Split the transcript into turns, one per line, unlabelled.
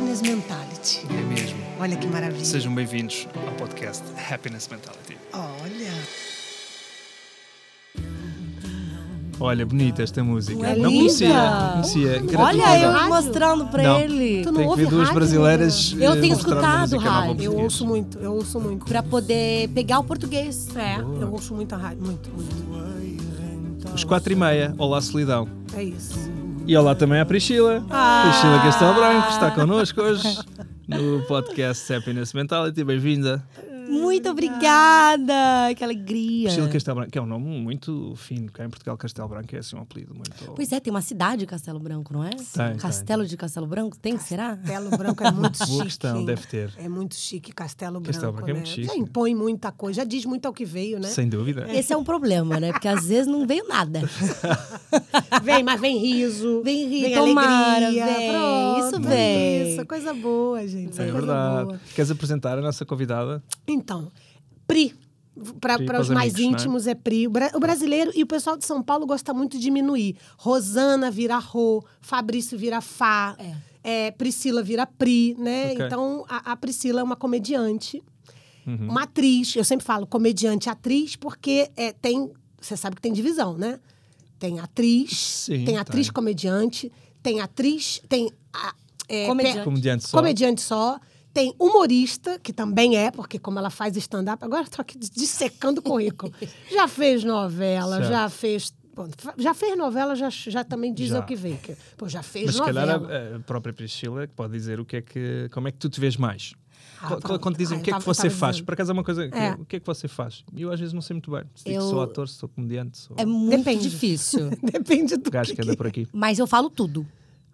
Mentality.
É mesmo.
Olha que maravilha.
Sejam bem-vindos ao podcast Happiness Mentality.
Olha.
Olha, bonita esta música.
É
não
linda.
conhecia. Conhecia.
Olha eu
gratuita.
Rádio?
mostrando pra
Não.
ele.
Tu não
Tem que
ouve
ver duas
rádio,
brasileiras.
menina? Eu
eh,
tenho
mostrando
escutado
música nova
rádio,
Eu
portuguesa.
ouço muito, eu ouço muito.
Pra poder pegar o português.
É, eu ouço muito a rádio, muito, muito.
Os quatro e meia. Olá, solidão.
É isso.
E olá também à Priscila.
Ah.
Priscila Castelo Branco está connosco hoje no podcast Happiness Mentality. Bem-vinda.
Muito obrigada! Que alegria!
Priscila Castelo Branco, que é um nome muito fino. Cá em Portugal, Castelo Branco é assim um apelido muito.
Pois é, tem uma cidade Castelo Branco, não é?
tem.
Castelo de Castelo Branco? Tem, será?
Castelo Branco é muito chique.
Boa questão,
hein?
deve ter.
É muito chique Castelo Branco.
Castelo Branco é
né?
muito chique.
Já impõe muita coisa, já diz muito ao que veio, né?
Sem dúvida.
Esse é um problema, né? Porque às vezes não veio nada.
Vem, mas vem riso.
Vem rir,
vem
tomara,
alegria.
vem.
Pronto,
Isso
é
vem.
Isso, coisa boa, gente.
É
coisa
verdade.
boa.
Queres apresentar a nossa convidada?
Então, Pri.
Pri
Para os
pros
mais
amigos, né?
íntimos é Pri. O, bra- o brasileiro e o pessoal de São Paulo gosta muito de diminuir. Rosana vira Rô, Fabrício vira Fá, é, Priscila vira Pri, né?
Ok.
Então, a, a Priscila é uma comediante,
Uhum.
uma atriz. Eu sempre falo comediante, atriz, porque é, tem... Você sabe que tem divisão, né? Tem atriz,
Sim,
tem atriz
tem.
comediante, tem atriz... Tem a- é,
Comediante.
pe-
Comediante só.
comediante só. Tem humorista, que também é, porque como ela faz stand-up, agora estou aqui dissecando o currículo. já fez novela,
Certo.
já fez. bom, fa- já fez novela, já, já também diz
Já.
o que vem. que- pô, já fez
Mas se
novela.
calhar é, a, a própria Priscila que pode dizer o que é que, como é que tu te vês mais.
Ah,
Qu- qu-
pronto.
Quando dizem
Ah,
o que é
eu
que
tava-
você
tava
faz,
dizendo.
por acaso é uma coisa que
É.
o que é que você faz? E Eu às vezes não sei muito bem. Se digo
Eu-
que sou ator, se sou comediante, sou
É muito
Depende.
difícil.
Depende do
gajo que
que.
anda por aqui.
Mas eu falo tudo.